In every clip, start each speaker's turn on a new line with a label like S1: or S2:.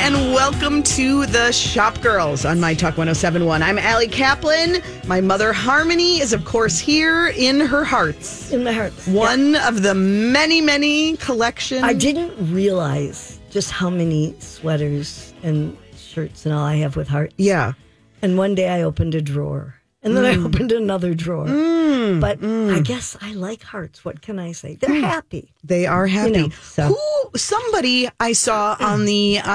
S1: Welcome to the Shop Girls on My Talk 1071. I'm Allie Kaplan. My mother, Harmony, is, of course, here in her hearts.
S2: in my heart.
S1: One of the many, many collections.
S2: I didn't realize just how many sweaters and shirts and all I have with heart.
S1: Yeah.
S2: And one day I opened a drawer. And then
S1: Mm.
S2: I opened another drawer. but I guess I like hearts. What can I say? They're
S1: Mm.
S2: happy.
S1: They are happy.
S2: know, so-
S1: Who? Somebody I saw on the uh,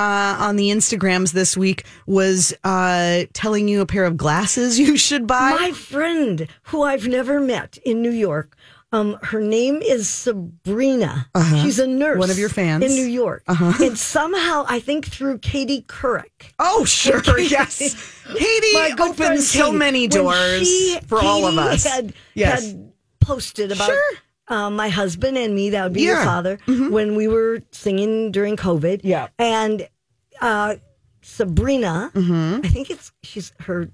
S1: on the Instagrams this week was uh, telling you a pair of glasses you should buy.
S2: My friend, who I've never met in New York, um, her name is Sabrina. She's a nurse.
S1: Uh-huh. One of your fans. Uh-huh.
S2: In New York. And somehow, I think through Katie Couric.
S1: Oh, sure. yes.
S2: My
S1: Katie
S2: good friend
S1: opens so
S2: Katie,
S1: many
S2: when
S1: doors
S2: she-
S1: for all of
S2: Katie
S1: us.
S2: Had,
S1: yes.
S2: had posted about
S1: Sure.
S2: uh, my husband and me. That would be
S1: Yeah. Mm-hmm.
S2: your father when we were singing during COVID.
S1: Yeah.
S2: and uh, Sabrina,
S1: Mm-hmm.
S2: I think it's she's her.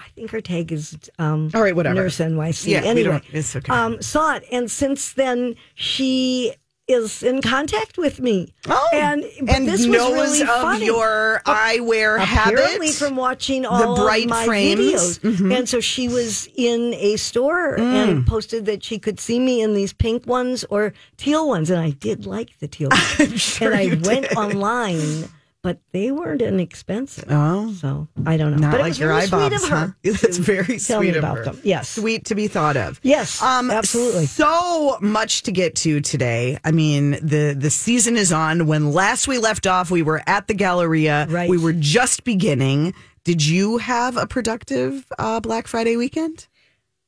S2: I think her tag is um,
S1: All right, whatever.
S2: Nurse NYC.
S1: Yeah, we
S2: anyway,
S1: don't- it's okay.
S2: Um, saw it, and since then she is in contact with me.
S1: oh,
S2: and but this was
S1: knows
S2: really
S1: of
S2: funny
S1: your eyewear
S2: apparently
S1: habit.
S2: from watching all
S1: bright
S2: of my
S1: frames. Mm-hmm.
S2: videos. And so she was in a
S1: Mm.
S2: store and posted that she could see me in these pink ones or teal ones, and I did like the teal ones.
S1: sure
S2: and I
S1: you
S2: went
S1: did.
S2: online, but they weren't inexpensive.
S1: Oh.
S2: so I don't know.
S1: Not
S2: but it
S1: like
S2: was
S1: your
S2: really
S1: eye
S2: sweet
S1: bobs,
S2: of
S1: huh?
S2: her.
S1: That's very
S2: tell me
S1: sweet of
S2: about
S1: her.
S2: them. Yes.
S1: sweet to be thought of. Um,
S2: Yes, absolutely.
S1: So much to get to today. I mean, the the season is on. When last we left off, we were at the Galleria.
S2: Right.
S1: We were just beginning. Did you have a productive uh, Black Friday weekend?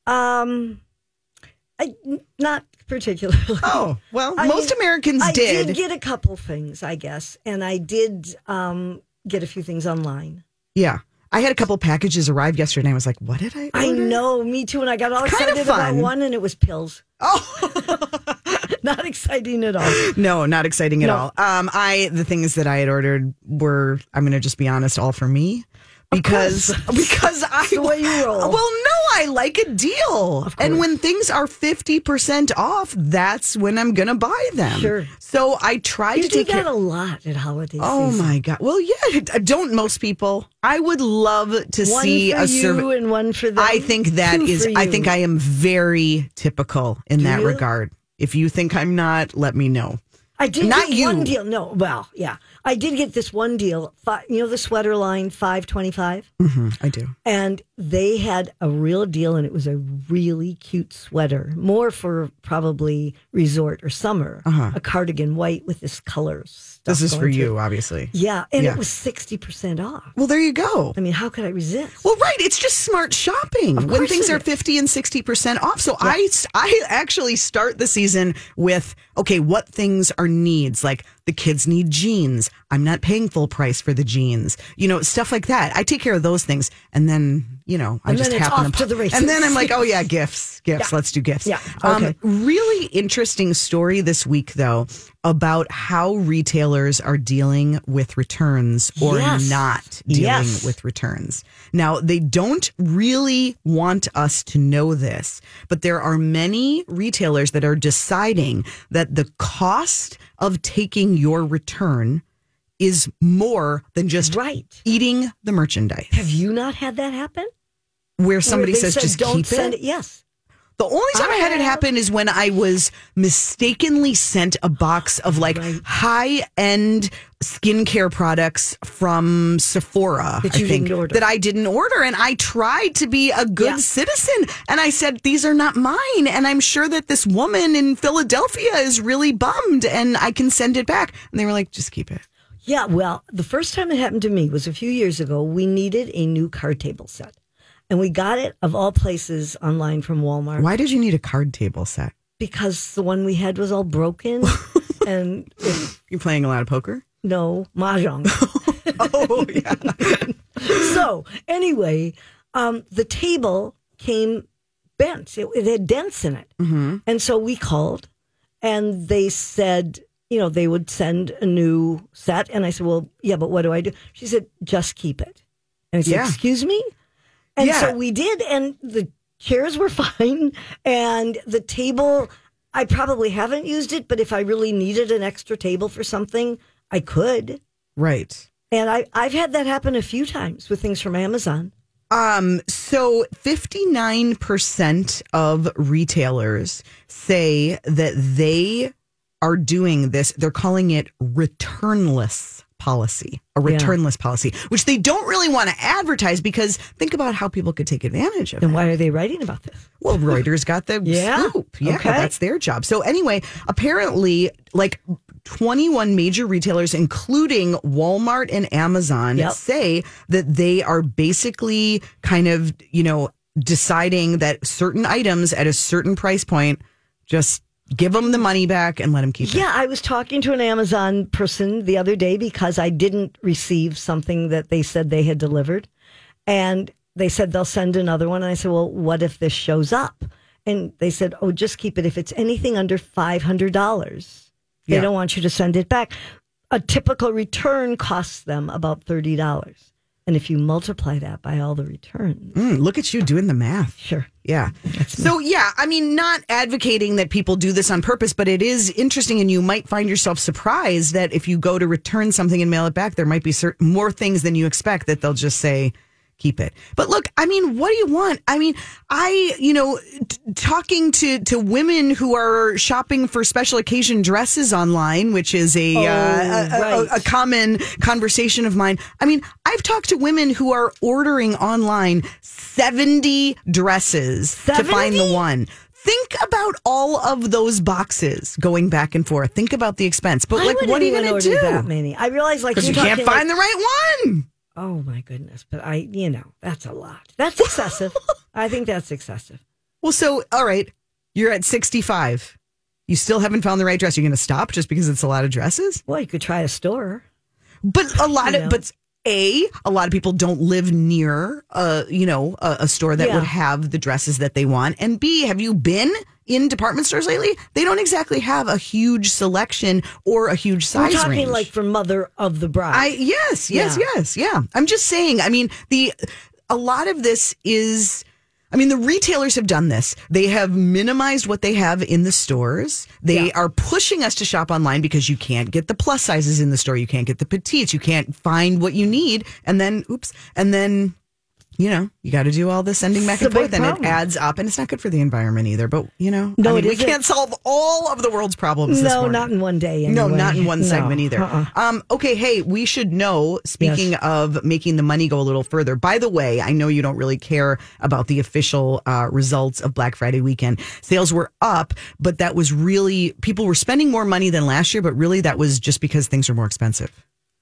S2: Um, I, not particularly.
S1: Oh well,
S2: I
S1: most
S2: mean,
S1: Americans
S2: I
S1: did.
S2: get a couple things, I guess, and I did um, get a few things online.
S1: yeah, I had a couple packages arrive yesterday. and I was like, "What did I?"
S2: I
S1: order?
S2: know, me too. And I got all
S1: It's kind of
S2: excited about
S1: fun.
S2: one, and it was pills.
S1: Oh.
S2: Not exciting at all.
S1: No, not exciting at
S2: No.
S1: all. Um, I the things that I had ordered were I'm going to just be honest, all for me because because I
S2: the way you roll.
S1: Well, no, I like a deal, and when things are fifty percent off, that's when I'm going to buy them.
S2: Sure.
S1: So I tried
S2: You
S1: to
S2: do
S1: take care.
S2: that a lot at holiday
S1: Oh
S2: season.
S1: my god! Well, yeah, uh, don't most people? I would love to
S2: One
S1: see
S2: for
S1: a
S2: you
S1: survey.
S2: and one for them.
S1: I think that
S2: Two
S1: is.
S2: for
S1: I
S2: you.
S1: think I am very typical in that
S2: you?
S1: regard. If you think I'm not, let me know.
S2: I did
S1: Not
S2: get
S1: you.
S2: one deal. No, well, yeah, I did get this one deal. Fi you know the sweater line five twenty five,
S1: hmm I do.
S2: and they had a real deal, and it was a really cute sweater, more for probably resort or summer. A cardigan white with this color. Stuff
S1: Uh-huh. This is for
S2: going through.
S1: you, obviously.
S2: Yeah, and
S1: Yeah.
S2: it was sixty percent off.
S1: Well, there you go.
S2: I mean, how could I resist?
S1: Well, right. It's just smart shopping when
S2: course
S1: things
S2: it
S1: are
S2: is.
S1: 50 and 60% off. So I, I actually start the season with okay, what things are needs? Like the kids need jeans. I'm not paying full price for the jeans, you know, stuff like that. I take care of those things. And then, you know, I
S2: And
S1: just
S2: then it's
S1: happen
S2: off to the races.
S1: And then I'm like, oh, yeah, gifts, gifts.
S2: Yeah.
S1: Let's do gifts.
S2: Yeah. Okay.
S1: Um, really interesting story this week, though, about how retailers are dealing with returns or
S2: Yes.
S1: not dealing
S2: Yes.
S1: with returns. Now, they don't really want us to know this, but there are many retailers that are deciding that the cost of taking your return is more than just
S2: right.
S1: eating the merchandise.
S2: Have you not had that happen?
S1: Where somebody
S2: Where they
S1: says,
S2: said,
S1: just
S2: don't
S1: keep
S2: send it. Yes.
S1: The only time I, had it
S2: I-
S1: happen is when I was mistakenly sent a box of like
S2: Right.
S1: high end skincare products from Sephora.
S2: That
S1: I
S2: you
S1: think,
S2: didn't order.
S1: That I didn't order. And I tried to be a good
S2: Yeah.
S1: citizen. And I said, these are not mine. And I'm sure that this woman in Philadelphia is really bummed and I can send it back. And they were like, just keep it.
S2: Yeah. Well, the first time it happened to me was a few years ago. We needed a new card table set, and we got it of all places online from Walmart
S1: Why did you need a card table set?
S2: because the one we had was all broken, and it,
S1: You're playing a lot of poker?
S2: no mahjong.
S1: Oh, yeah.
S2: so anyway, um, the table came bent. It, it had dents in it,
S1: Mm-hmm.
S2: and so we called, and they said, you know, they would send a new set. And I said, well, yeah, but what do I do? She said, just keep it. And I said,
S1: Yeah.
S2: excuse me. And
S1: Yeah.
S2: so we did, and the chairs were fine, and the table. I probably haven't used it, but if I really needed an extra table for something, I could.
S1: right.
S2: And I, I've had that happen a few times with things from Amazon.
S1: Um, so 59% of retailers say that they are doing this. They're calling it returnless policy, a returnless policy, which they don't really want to advertise because think about how people could take advantage of it.
S2: Then why are they writing about this?
S1: Well, Reuters got the
S2: Yeah.
S1: scoop. Yeah,
S2: Okay.
S1: that's their job. So anyway, apparently, like 21 major retailers, including Walmart and Amazon,
S2: Yep.
S1: say that they are basically kind of, you know, deciding that certain items at a certain price point, just give them the money back and let them keep it.
S2: Yeah, I was talking to an Amazon person the other day because I didn't receive something that they said they had delivered. And they said they'll send another one. And I said, well, what if this shows up? And they said, oh, just keep it. If it's anything under $500, they
S1: Yeah.
S2: don't want you to send it back. A typical return costs them about $30. And if you multiply that by all the returns,
S1: Mm, look at you doing the math.
S2: sure.
S1: Yeah. So, yeah, I mean, not advocating that people do this on purpose, but it is interesting. And you might find yourself surprised that if you go to return something and mail it back, there might be cer more things than you expect that they'll just say, keep it. But look, I mean, what do you want? I mean, I, you know, t- talking to, to women who are shopping for special occasion dresses online, which is a, uh, a- a- a-
S2: right.
S1: a common conversation of mine. I mean, I've talked to women who are ordering online 70 dresses to find the
S2: 70?
S1: one. Think about all of those boxes going back and forth. Think about the expense. But
S2: Why
S1: like,
S2: would
S1: what are you
S2: anyone
S1: going to
S2: order That
S1: do?
S2: many. I realize, like,
S1: Because you
S2: you're
S1: can't
S2: talking, like,
S1: find the right one.
S2: Oh my goodness. But I, you know, that's a lot. That's excessive. I think that's excessive.
S1: Well, so, all right, you're at 65. You still haven't found the right dress. You're going to stop just because it's a lot of dresses?
S2: Well, you could try a store.
S1: But a lot
S2: You
S1: of
S2: know.
S1: but a a lot of people don't live near uh you know a, a store that
S2: Yeah.
S1: would have the dresses that they want. And B, have you been in department stores lately? They don't exactly have a huge selection or a huge
S2: We're
S1: size
S2: talking
S1: range.
S2: like for mother of the bride.
S1: I yes, yes,
S2: Yeah.
S1: yes, yeah. I'm just saying. I mean, the a lot of this is. I mean, the retailers have done this. They have minimized what they have in the stores. They
S2: Yeah.
S1: are pushing us to shop online because you can't get the plus sizes in the store. You can't get the petites. You can't find what you need. And then, oops. And then, you know, you got to do all this sending back
S2: It's
S1: and
S2: a big
S1: forth, and it
S2: problem.
S1: adds up. And it's not good for the environment either. But you know,
S2: No,
S1: I mean,
S2: it
S1: we
S2: isn't.
S1: can't solve all of the world's problems. this
S2: no,
S1: morning.
S2: not in one day.
S1: No,
S2: anyway.
S1: not in one
S2: No.
S1: segment either.
S2: Uh-uh.
S1: Um, okay, hey, we should know. Speaking
S2: Yes.
S1: of making the money go a little further, by the way, I know you don't really care about the official uh, results of Black Friday weekend. Sales were up, but that was really people were spending more money than last year. But really, that was just because things are more expensive.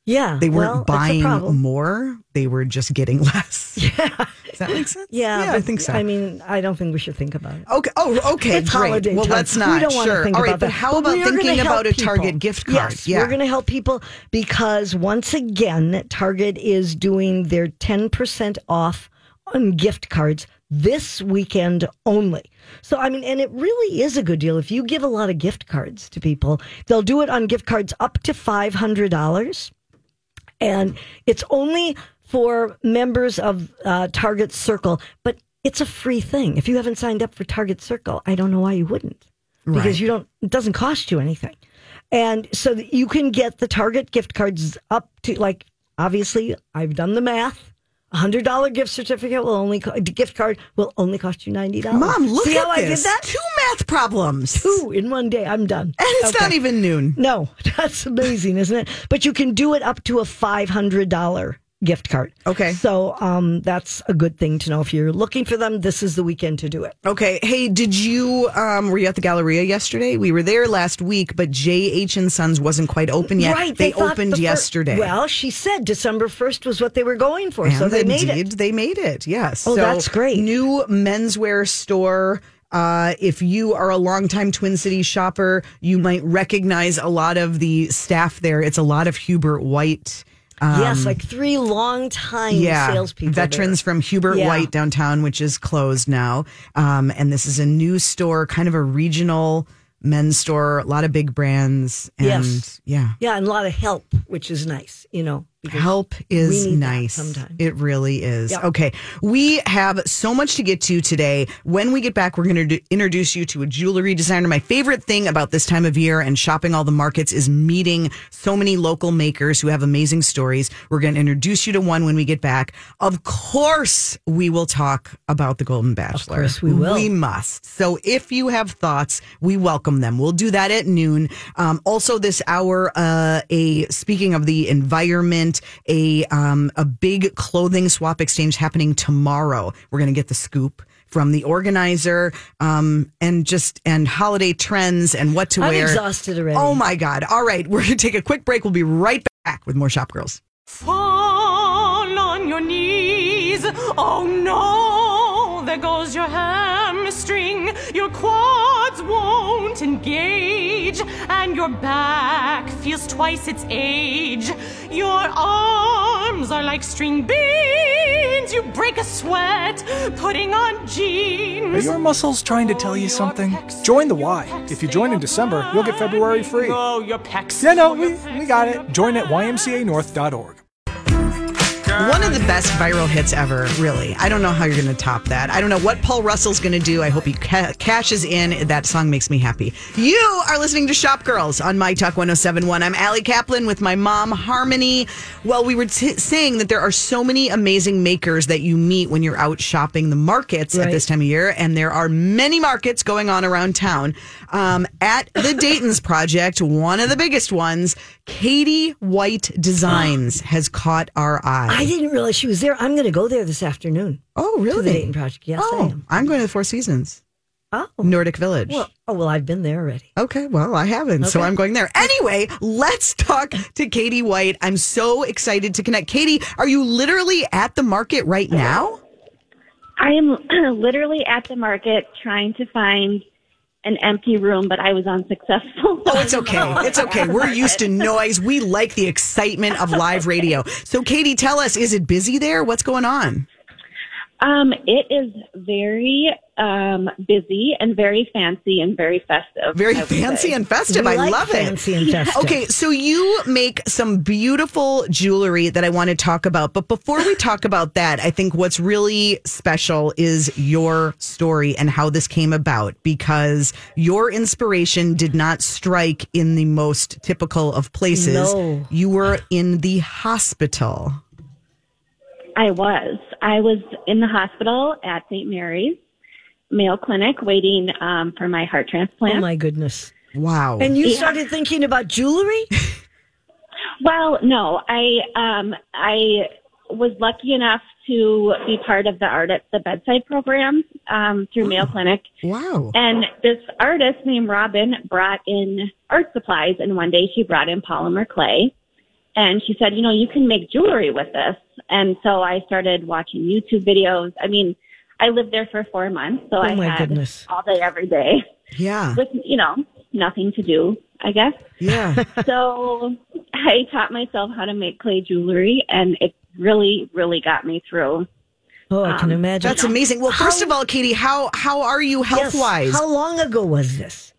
S2: Yeah.
S1: They weren't
S2: well, it's a
S1: buying
S2: problem.
S1: more; they were just getting less. Yeah, does that make sense?
S2: Yeah,
S1: I
S2: but
S1: think so.
S2: I mean, I don't think we should think about it.
S1: Okay. Oh, okay.
S2: It's
S1: great.
S2: holiday
S1: Well,
S2: time.
S1: let's not.
S2: We don't want
S1: sure.
S2: to think
S1: All right,
S2: about
S1: but
S2: that.
S1: how about
S2: we are gonna
S1: thinking
S2: help
S1: about a
S2: people.
S1: Target gift card?
S2: Yes,
S1: yeah.
S2: we're going to help people because once again, Target is doing their ten percent off on gift cards this weekend only. So I mean, and it really is a good deal if you give a lot of gift cards to people. They'll do it on gift cards up to five hundred dollars and it's only for members of uh, Target Circle, but it's a free thing. If you haven't signed up for Target Circle, I don't know why you wouldn't, because
S1: Right.
S2: you don't. It doesn't cost you anything, and so that you can get the Target gift cards up to like obviously I've done the math. A hundred dollar gift certificate will only co- gift card will only cost you ninety dollars.
S1: Mom, look
S2: See
S1: at
S2: how
S1: this.
S2: I did that?
S1: Two math problems.
S2: Ooh, in one day, I'm done.
S1: And it's not even noon.
S2: No, that's amazing, isn't it? But you can do it up to a five hundred dollar gift card.
S1: Okay.
S2: So um, that's a good thing to know. If you're looking for them, this is the weekend to do it.
S1: Okay. Hey, did you um were you at the Galleria yesterday? We were there last week, but JH and Sons wasn't quite open yet.
S2: right.
S1: They,
S2: thought
S1: opened
S2: the fir-
S1: yesterday.
S2: Well, she said December first was what they were going for, so
S1: And
S2: they made it.
S1: indeed, They made it. Yes.
S2: Oh, that's great.
S1: New menswear store. Uh, if you are a longtime Twin Cities shopper, you might recognize a lot of the staff there. It's a lot of Hubert White. uh,
S2: yes, like three long time salespeople, there.
S1: um, Veterans from Hubert
S2: Yeah.
S1: White downtown, which is closed now. Um, and this is a new store, kind of a regional men's store, a lot of big brands. And
S2: Yes.
S1: yeah.
S2: Yeah, and a lot of help, which is nice, you know, because
S1: Help is
S2: we need that
S1: nice.
S2: sometimes.
S1: It really is.
S2: Yep.
S1: Okay. We have so much to get to today. When we get back, we're going to introduce you to a jewelry designer. My favorite thing about this time of year and shopping all the markets is meeting so many local makers who have amazing stories. We're going to introduce you to one when we get back. Of course, we will talk about the Golden Bachelor.
S2: course we will.
S1: We must. So if you have thoughts, we welcome them. We'll do that at noon. Um, also, this hour, uh, a speaking of the environment, a um, a big clothing swap exchange happening tomorrow. We're going to get the scoop from the organizer um, and just and holiday trends and what to
S2: I'm
S1: wear.
S2: exhausted already.
S1: Oh my God! All right, we're going to take a quick break. We'll be right back with more Shop Girls.
S3: Fall on your knees. Oh no, there goes your hamstring. Your quads won't engage, and your back feels twice its age. Your arms are like string beans. You break a sweat putting on
S4: Are
S3: jeans.
S4: your muscles trying to tell you something? Join the Y. If you join in December, you'll get February free.
S3: Oh, your pecs.
S4: Yeah, no,
S3: Oh, your
S4: we,
S3: pecs.
S4: we got
S3: Oh, your
S4: it. Join at
S3: pecs.
S4: ymcanorth.org.
S1: One of the best viral hits ever, really. I don't know how you're going to top that. I don't know what Paul Russell's going to do. I hope he ca- cashes in. That song makes me happy. You are listening to Shop Girls on My Talk 1071. I'm Allie Kaplan with my mom, Harmony. Well, we were t- saying that there are so many amazing makers that you meet when you're out shopping the markets at
S2: Right.
S1: this time of year, and there are many markets going on around town. Um, at the Dayton's Project, one of the biggest ones, Katie White Designs has caught our eye.
S2: I didn't realize she was there. I'm going to go there this afternoon.
S1: Oh, really?
S2: To the Dayton Project. Yes, I
S1: oh,
S2: am.
S1: I'm going to the Four Seasons,
S2: Oh.
S1: Nordic Village.
S2: Well, oh, well, I've been there already.
S1: Okay, well, I haven't, so
S2: Okay.
S1: I'm going there. Anyway, let's talk to Katie White. I'm so excited to connect. Katie, are you literally at the market right now?
S5: I am literally at the market trying to find an empty room, but I was unsuccessful.
S1: Oh, it's okay. It's okay. We're used to noise. We like the excitement of live radio. So, Katie, tell us, is it busy there? What's going on?
S5: Um, it is very um, busy and very fancy and very festive.
S1: Very
S5: I would
S1: fancy
S5: say.
S1: and festive.
S2: We
S1: I
S2: like
S1: love it.
S2: fancy and festive.
S1: Okay, so you make some beautiful jewelry that I want to talk about. But before we talk about that, I think what's really special is your story and how this came about because your inspiration did not strike in the most typical of places.
S2: No.
S1: You were in the hospital.
S5: I was. I was in the hospital at St. Mary's Mayo Clinic waiting um, for my heart transplant.
S2: Oh my goodness.
S1: Wow.
S2: And you started thinking about jewelry?
S5: Well, no, I um, I was lucky enough to be part of the art at the bedside program um, through
S1: Oh.
S5: Mayo Clinic,
S1: wow.
S5: and this artist named Robin brought in art supplies, and one day she brought in polymer clay, and she said, you know, you can make jewelry with this, and so I started watching YouTube videos. I mean, I lived there for four months, so I
S2: Oh my
S5: had
S2: goodness.
S5: all day, every day,
S1: Yeah.
S5: with you know nothing to do, I guess
S1: Yeah.
S5: so I taught myself how to make clay jewelry, and it really, really got me through.
S2: Oh, I can imagine.
S1: That's amazing. Well, first of all, Katie, how how are you
S2: Yes.
S1: health wise?
S2: How long ago was this?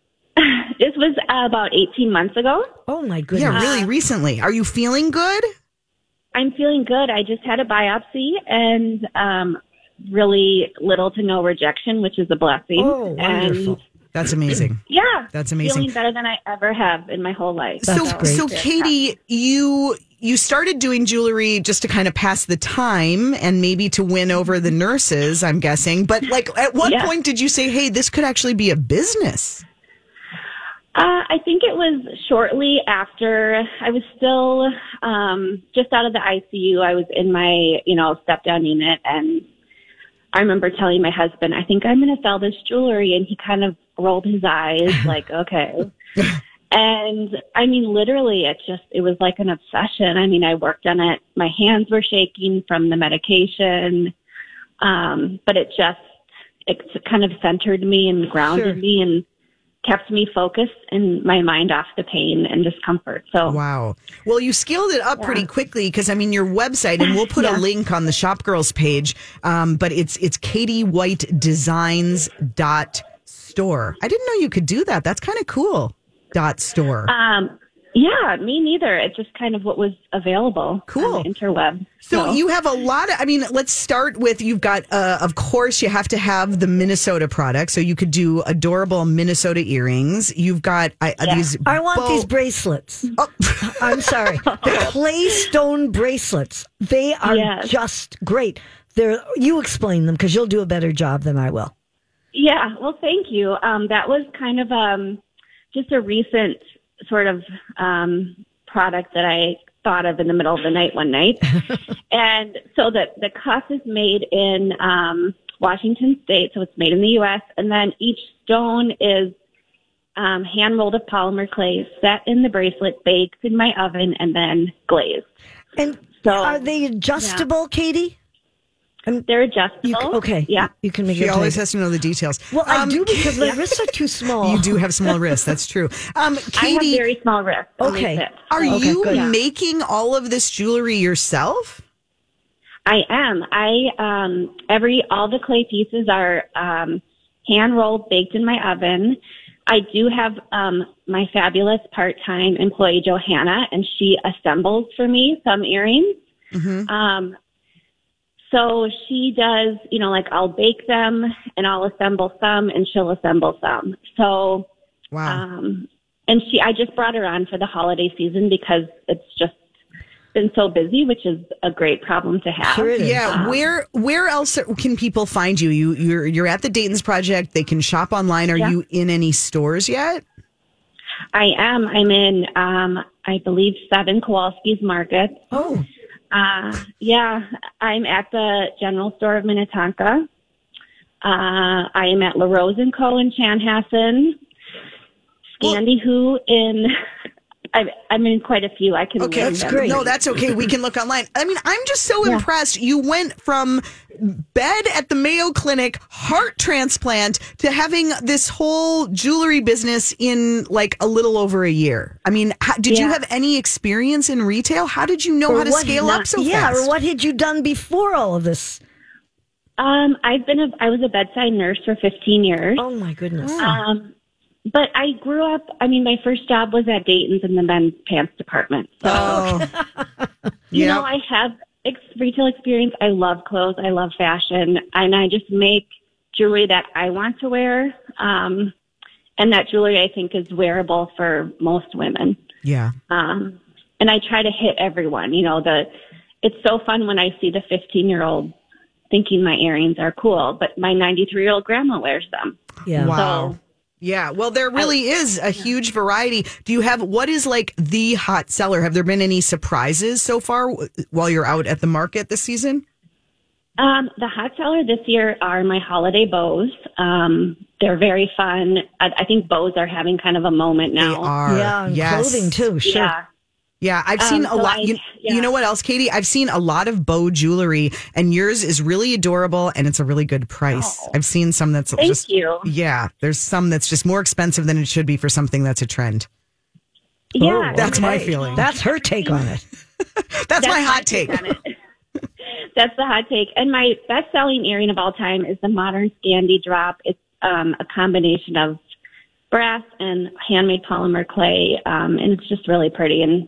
S5: This was uh, about 18 months ago.
S2: Oh my goodness.
S1: yeah, really recently. Are you feeling good?
S5: I'm feeling good. I just had a biopsy and um, really little to no rejection, which is a blessing.
S2: Oh,
S5: and
S2: wonderful.
S1: That's amazing.
S5: yeah,
S1: That's amazing.
S5: Feeling better than I ever have in my whole life. uh,
S1: so so Katie, you you started doing jewelry just to kind of pass the time and maybe to win over the nurses, I'm guessing. But like at what
S5: Yeah.
S1: point did you say, "Hey, this could actually be a business?"
S5: Uh, I think it was shortly after I was still um, just out of the ICU. I was in my, you know, step down unit, and I remember telling my husband, "I think I'm going to sell this jewelry," and he kind of rolled his eyes, like, "Okay." and I mean, literally, it just—it was like an obsession. I mean, I worked on it. My hands were shaking from the medication, um, but it just—it kind of centered me and grounded
S2: Sure.
S5: me and kept me focused and my mind off the pain and discomfort. So
S1: Wow. Well, you scaled it up pretty quickly because I mean your website, and we'll put a link on the Shop Girls page. Um, but it's it's katiewhitedesigns dot store. I didn't know you could do that. That's kind of cool. Dot store.
S5: um, Yeah, me neither. It's just kind of what was available.
S1: Cool.
S5: On the interweb.
S1: So you have a lot of, I mean, let's start with you've got, uh, of course, you have to have the Minnesota product. So you could do adorable Minnesota earrings. You've got I, uh, these.
S2: I want
S1: bow-
S2: these bracelets.
S1: Oh,
S2: I'm sorry. The clay stone bracelets. They are
S5: Yes.
S2: just great. They're, you explain them because you'll do a better job than I will.
S5: Yeah, well, thank you. Um, that was kind of um, just a recent sort of um, product that I thought of in the middle of the night one night. and so the, the cuff is made in um, Washington State, so it's made in the U.S., and then each stone is um, hand rolled of polymer clay, set in the bracelet, baked in my oven, and then glazed.
S2: And
S5: So-
S2: are they adjustable, Katie?
S5: They're adjustable.
S2: You, c- okay.
S5: Yeah.
S2: You can make
S1: she
S2: it.
S1: always
S2: tight.
S1: has to know the details.
S2: Well, I
S1: Um,
S2: do because my wrists are too small.
S1: You do have small wrists. That's true. Um,
S5: I have
S1: Katie,
S5: very small wrists. only
S2: Okay.
S5: six.
S1: are
S2: Okay,
S1: you
S2: good. Yeah.
S1: making all of this jewelry yourself?
S5: I am. I um every all the clay pieces are um hand rolled, baked in my oven. I do have um my fabulous part-time employee Johanna and she assembles for me some earrings.
S2: Mm-hmm.
S5: Um so she does, you know, like I'll bake them and I'll assemble some and she'll assemble some. So
S1: Wow.
S5: um, and she, I just brought her on for the holiday season because it's just been so busy, which is a great problem to have.
S2: Sure it is.
S1: yeah. where Where else can people find you? You you're you're at the Dayton's Project. They can shop online. Are
S5: Yeah.
S1: you in any stores yet?
S5: I am. I'm in, um, I believe, seven Kowalski's Market.
S2: Oh,
S5: Uh, yeah, I'm at the General Store of Minnetonka. Uh, I am at La Rose and Co. in Chanhassen. Scandy Who in, I'm, I'm in quite a few. I can
S1: Okay,
S5: name
S2: That's
S5: them.
S2: great.
S1: No, that's okay. We can look online. I mean, I'm just so impressed. You went from bed at the Mayo Clinic, heart transplant, to having this whole jewelry business in like a little over a year. I mean, how, did you
S5: Yeah.
S1: have any experience in retail? How did you know
S2: Or
S1: how to
S2: what
S1: scale
S2: not-
S1: up so
S2: yeah,
S1: fast?
S2: or what had you done before all of this?
S5: Um, I've been a, I was a bedside nurse for 15 years.
S2: Oh my goodness.
S5: Um, but I grew up. I mean, my first job was at Dayton's in the men's pants department. So
S1: Oh,
S5: you
S1: yeah.
S5: know, I have ex- retail experience. I love clothes. I love fashion, and I just make jewelry that I want to wear. Um, and that jewelry I think is wearable for most women.
S1: yeah.
S5: Um, and I try to hit everyone. You know, the it's so fun when I see the 15 year old thinking my earrings are cool, but my 93 year old grandma wears them.
S2: yeah.
S1: Wow.
S5: So-
S1: yeah. Well, there really is a huge variety. Do you have what is like the hot seller? Have there been any surprises so far w- while you're out at the market this season?
S5: Um, the hot seller this year are my holiday bows. Um, they're very fun. I, I think bows are having kind of a moment
S1: They
S5: now.
S1: are.
S2: Yeah, and
S1: Yes.
S2: clothing too. Sure.
S5: Yeah.
S1: Yeah, I've seen
S5: Um,
S1: a
S5: so
S1: lot.
S5: I-
S1: you,
S5: yeah.
S1: you know what else, Katie? I've seen a lot of bow jewelry, and yours is really adorable, and it's a really good price. I've seen some that's
S5: Oh. Thank
S1: just Oh,
S5: you.
S1: yeah. There's some that's just more expensive than it should be for something that's a trend.
S5: Yeah.
S1: Oh, That's my
S2: Okay.
S1: feeling.
S2: That's her take on it.
S1: That's, my hot take.
S5: on it. That's the hot take. And my best selling earring of all time is the modern Scandi drop. It's um, a combination of brass and handmade polymer clay. Um, and it's just really pretty and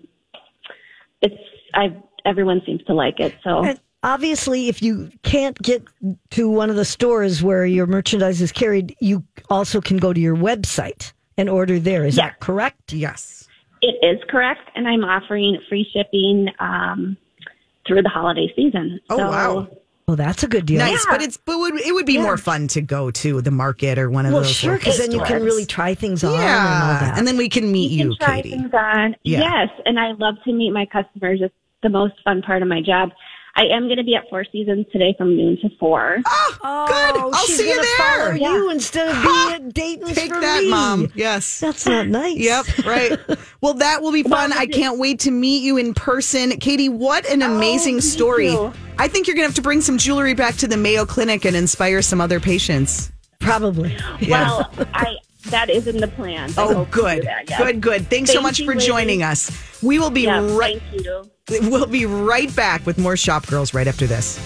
S5: it's I've everyone seems to like it. So
S2: And obviously, if you can't get to one of the stores where your merchandise is carried, you also can go to your website and order there. Is that correct?
S1: Yes.
S5: It is correct, and I'm offering free shipping um, through the holiday season.
S1: Oh,
S5: so,
S1: wow.
S2: Well, that's a good deal.
S1: Nice, but it's but would, it would be more fun to go to the market or one of
S2: Well,
S1: those.
S2: sure,
S1: local
S2: because then you can
S1: stores.
S2: really try things on and all
S1: yeah,
S2: that.
S1: and then we can meet you,
S5: You can try
S1: Katie.
S5: things on.
S1: Yeah.
S5: Yes, and I love to meet my customers. It's the most fun part of my job. I am going to be at Four Seasons today from noon to four.
S1: Good.
S2: Oh,
S1: I'll
S2: she's
S1: see you
S2: gonna
S1: there.
S2: Follow you instead of being at Dayton's
S1: Take
S2: for
S1: that,
S2: me.
S1: mom. Yes.
S2: That's not nice.
S1: Yep, right. well, that will be fun. I can't wait to meet you in person. Katie, what an
S2: Oh,
S1: amazing story.
S5: you.
S1: I think you're going to have to bring some jewelry back to the Mayo Clinic and inspire some other patients.
S2: Probably.
S5: Well, I that is in the plan. I
S1: Oh,
S5: hope to do
S1: good.
S5: that, yes.
S1: Good, good. Thanks so
S5: Thank
S1: much
S5: you,
S1: for
S5: ladies.
S1: joining us. We will be
S5: Yeah,
S1: right
S5: Thank you.
S1: we'll be right back with more Shop Girls right after this.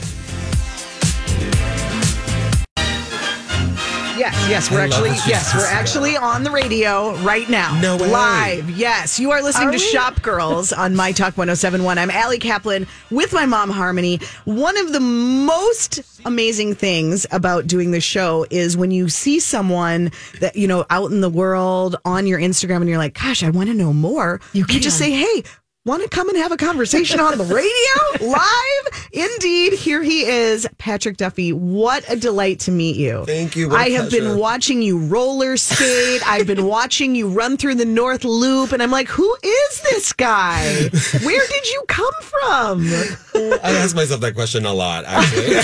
S1: Yeah, Yes, yes, we're
S6: I love
S1: actually
S6: that she's
S1: yes, we're
S6: listening.
S1: actually on the radio right now.
S6: No way.
S1: Live. Yes, you are listening to Shop Girls on My Talk 1071. I'm Allie Kaplan with my mom Harmony. One of the most amazing things about doing the show is when you see someone that you know out in the world on your Instagram and you're like, gosh, I want to know more. You can just say, "Hey, Want to come and have a conversation on the radio live? Indeed, here he is, Patrick Duffy. What a delight to meet you.
S6: Thank you. What a
S1: I have been
S6: pleasure.
S1: watching you roller skate. I've been watching you run through the North Loop, and I'm like, who is this guy? Where did you come from?
S6: I ask myself that question a lot, actually.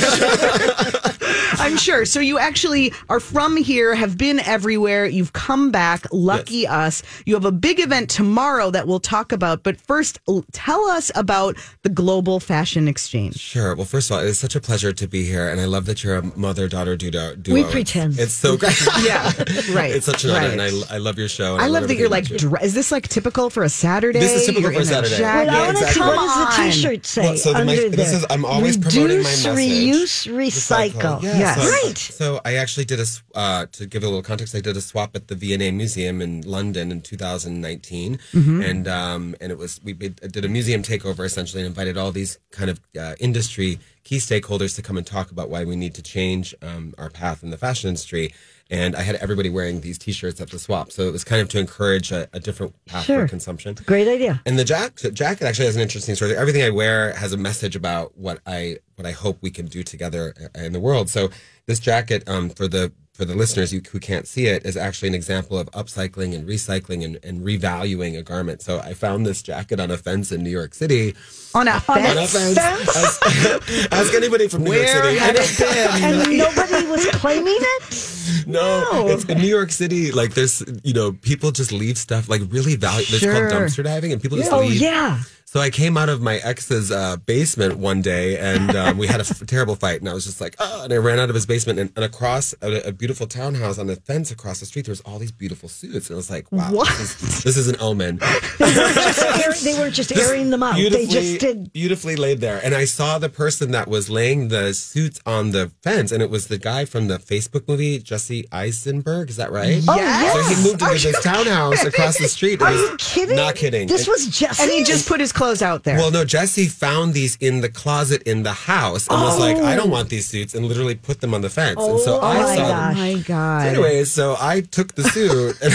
S1: I'm sure. So you actually are from here, have been everywhere. You've come back. Lucky us. You have a big event tomorrow that we'll talk about. But first, l- tell us about the Global Fashion Exchange.
S6: sure. Well, first of all, it is such a pleasure to be here, and I love that you're a mother-daughter duo. duo.
S2: We
S6: It's-
S2: pretend.
S6: It's, so great.
S1: Yeah, right.
S6: It's such an honor,
S1: right.
S6: and I, I love your show. and
S1: I love
S6: everything
S1: that you're like.
S6: about you.
S1: Dre- is this like typical for a Saturday?
S6: This is typical
S1: You're
S6: for a
S1: in
S6: Saturday.
S1: jacket.
S2: Wait, I want to
S6: Exactly.
S2: see
S1: Come
S2: what
S1: on.
S2: does the T-shirt say
S6: Well, so the
S2: under
S6: my-
S2: there?
S6: this is- I'm always promoting my
S2: Reduce,
S6: message.
S2: reuse, recycle.
S6: Yeah,
S1: Yes.
S6: so-
S2: Right.
S6: So I actually did a s- uh, to give a little context. I did a swap at the V&A Museum in London in 2019,
S2: Mm-hmm.
S6: and um, and it was we made- did a museum takeover essentially, and invited all these kind of uh, industry key stakeholders to come and talk about why we need to change um, our path in the fashion industry. And I had everybody wearing these T-shirts at the swap, so it was kind of to encourage a, a different path
S2: Sure.
S6: for consumption.
S2: Great idea.
S6: And the jacket jacket actually has an interesting story. Everything I wear has a message about what I what I hope we can do together uh, in the world. So this jacket, um, for the for the listeners you, who can't see it, is actually an example of upcycling and recycling and, and revaluing a garment. So I found this jacket on a fence in New York City.
S1: on a
S6: On a
S1: fence.
S6: fence. Ask, ask anybody from New York City.
S1: had it
S2: And nobody was claiming it.
S6: No, it's in New York City. Like there's, you know, people just leave stuff like really valuable.
S1: Sure.
S6: It's called dumpster diving, and people just
S2: Oh
S6: leave.
S2: yeah.
S6: So I came out of my ex's uh, basement one day, and um, we had a f- terrible fight. And I was just like, oh, and I ran out of his basement, and, and across a, a beautiful townhouse on the fence across the street, there was all these beautiful suits, and I was like, wow,
S1: What?
S6: This, is, this is an omen.
S2: Just air- they were just airing them out. They just did.
S6: beautifully laid there. And I saw the person that was laying the suits on the fence, and it was the guy from the Facebook movie Jesse Eisenberg. Is that right?
S2: Oh
S1: Yes.
S6: So he
S2: yes.
S6: moved into this townhouse across the street. It
S2: Are
S6: was-
S2: you kidding?
S6: Not kidding.
S2: This
S6: It-
S2: was Jesse.
S1: And he just put his clothes out there.
S6: Well, no, Jesse found these in the closet in the house and was like, I don't want these suits, and literally put them on the fence. and so
S2: Oh
S6: I
S2: my
S6: saw
S1: oh
S6: them.
S1: my god.
S6: So anyways, so I took the suit. And